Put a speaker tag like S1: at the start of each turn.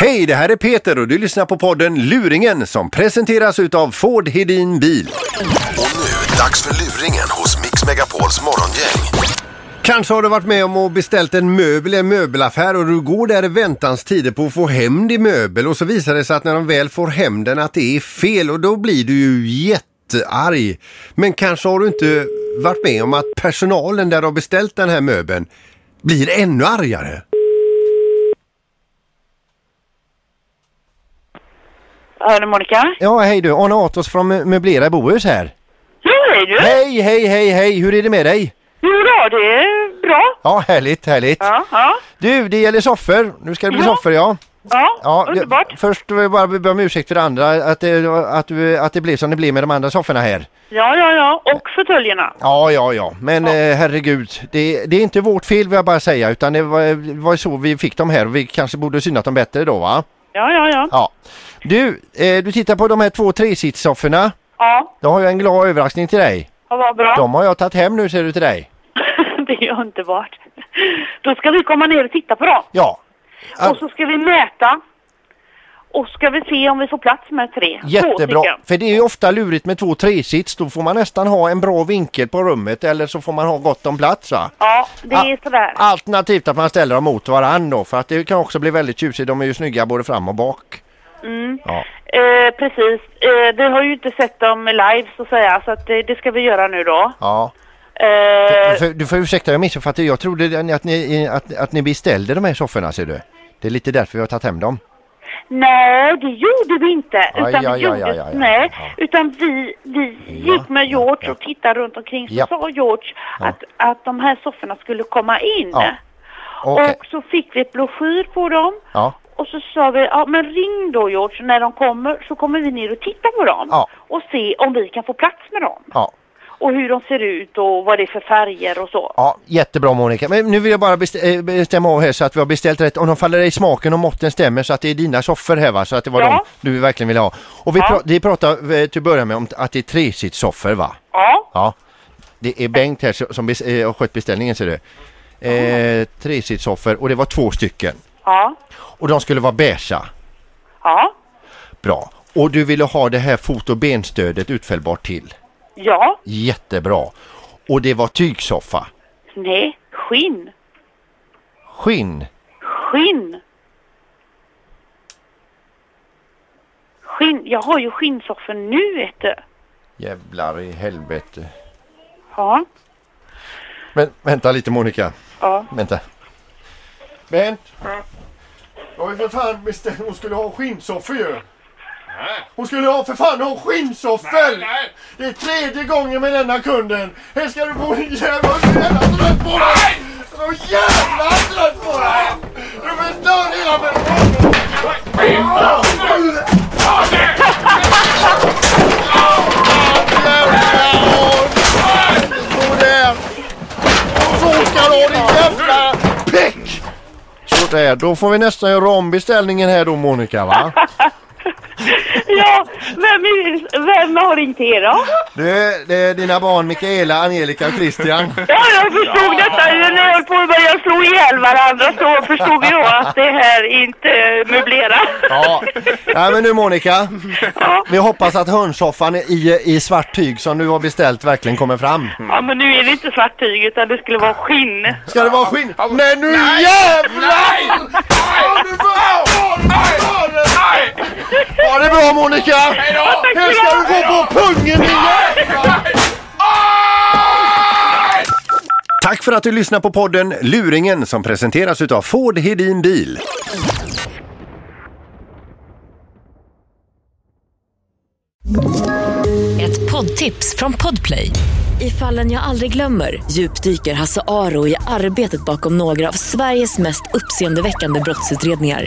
S1: Hej, det här är Peter och du lyssnar på podden Luringen som presenteras utav Ford Hedin Bil.
S2: Och nu, dags för luringen hos Mix Megapols morgongäng.
S1: Kanske har du varit med om och beställt en möbel i en möbelaffär och du går där i väntans tider på att få hem din möbel och så visar det sig att när de väl får hem den att det är fel och då blir du ju jättearg. Men kanske har du inte varit med om att personalen där du har beställt den här möbeln blir ännu argare.
S3: Hörde Monica?
S4: Ja, hej du. Arne Atos från Mö- Möblera Bohus här.
S3: Hej du!
S4: Hej, hej, hej, hej! Hur är det med dig?
S3: Jo då, det är bra.
S4: Ja, härligt, härligt.
S3: Ja, ja,
S4: Du, det gäller soffor. Nu ska det bli
S3: Ja.
S4: soffor, ja.
S3: ja,
S4: ja jag-
S3: underbart.
S4: först vill jag bara be om ursäkt för det andra, att det, att, du, att det blev som det blev med de andra sofforna här.
S3: Ja, ja, ja. Och fåtöljerna.
S4: Ja, ja, ja. Men Eh, herregud, det, det är inte vårt fel vill jag bara säga, utan det var, var så vi fick dem här och vi kanske borde synat dem bättre då, va?
S3: Ja, ja, ja.
S4: Ja. Du, eh, du tittar på de här två tresitssofforna.
S3: Ja,
S4: Då har jag en glad överraskning till dig.
S3: ja vad bra.
S4: De har jag tagit hem nu ser du till dig.
S3: Det är underbart. Då ska vi komma ner och titta på dem.
S4: Ja. Ja.
S3: Och så ska vi mäta. Och så ska vi se om vi får plats med tre. Två
S4: Jättebra,
S3: stycken.
S4: för det är ju ofta lurigt med två tresits. Då får man nästan ha en bra vinkel på rummet eller så får man ha gott om plats va?
S3: Ja, det
S4: Ah.
S3: är sådär.
S4: Alternativt att man ställer dem mot varandra då, för att det kan också bli väldigt tjusigt. De är ju snygga både fram och bak. Ja.
S3: Eh, precis. Eh, vi har ju inte sett dem live så att säga, så att eh, det, det ska vi göra nu då.
S4: ja.
S3: Eh,
S4: Du, får- du får ursäkta, jag missuppfattade. Jag trodde att ni, att, att ni beställde de här sofforna ser du. Det är lite därför vi har tagit hem dem.
S3: Nej, det gjorde vi inte.
S4: Aj,
S3: utan
S4: aj,
S3: vi gjorde,
S4: aj, aj, aj,
S3: nej,
S4: ja.
S3: utan vi, vi gick med George och tittade runt omkring. Så
S4: Ja.
S3: sa George att, att de här sofforna skulle komma in.
S4: Ja, Okej.
S3: Och så fick vi ett broschyr på dem.
S4: Ja.
S3: Och så sa vi, ja men ring då George, när de kommer så kommer vi ner och titta på dem.
S4: Ja.
S3: Och se om vi kan få plats med dem.
S4: Ja.
S3: Och hur de ser ut och vad det är för färger och så.
S4: Ja, jättebra Monica. Men nu vill jag bara best- eh, bestämma av här så att vi har beställt rätt. Om de faller i smaken och måtten stämmer så att det är dina soffor här va? Så att det var
S3: Ja.
S4: dem du verkligen ville ha. Och vi,
S3: Ja.
S4: pra- vi pratar eh, till att börja med om t- att det är tresitssoffor va?
S3: Ja,
S4: Ja. Det är Bengt här som- som bes- eh, har skött beställningen ser du. Eh, tresitssoffor och det var två stycken.
S3: ja,
S4: Och de skulle vara beiga.
S3: ja,
S4: Bra. Och du ville ha det här fot och benstödet utfällbart till.
S3: ja,
S4: Jättebra. Och det var tygsoffa.
S3: nej, skinn,
S4: Skinn.
S3: Skinn. Skinn. Jag har ju skinnsoffor nu, vet du.
S4: Jävlar i helvete.
S3: Ja.
S4: Men vänta lite Monica.
S3: Ja.
S4: Vänta. Bent. Jag har ju för fan bestämt hon skulle ha skinnsoffor ju. Hon skulle ha för fan ha skinnsoffor! Det är tredje gången med denna kunden. Här ska du få din jävla... Jag är så jävla trött på dig! Jag är så jävla trött på dig! Du förstör hela min... Sådär! Så ska du ha din jävla pick! Sådär, då får vi nästan göra om beställningen här då Monica va?
S3: ja, vem, är, vem har ringt er då?
S4: Det, det är dina barn Mikaela, Angelica och Christian.
S3: Ja, jag förstod detta ju när jag höll på att börja slå ihjäl varandra så förstod jag att det här inte är möblerat.
S4: Ja. Nej men nu Monica.
S3: Ja.
S4: Vi hoppas att hörnsoffan i, i svart tyg som du har beställt verkligen kommer fram.
S3: ja, men nu är det inte svart tyg utan det skulle vara skinn.
S4: Ska det vara skinn? Nej nu jävlar! Ja, du får- ja, du får- Ha det bra Monica! Här ska du få på pungen din
S1: Tack för att du lyssnar på podden Luringen som presenteras utav Ford Hedin Bil.
S5: Ett poddtips från Podplay. I fallen jag aldrig glömmer djupdyker Hasse Aro i arbetet bakom några av Sveriges mest uppseendeväckande brottsutredningar.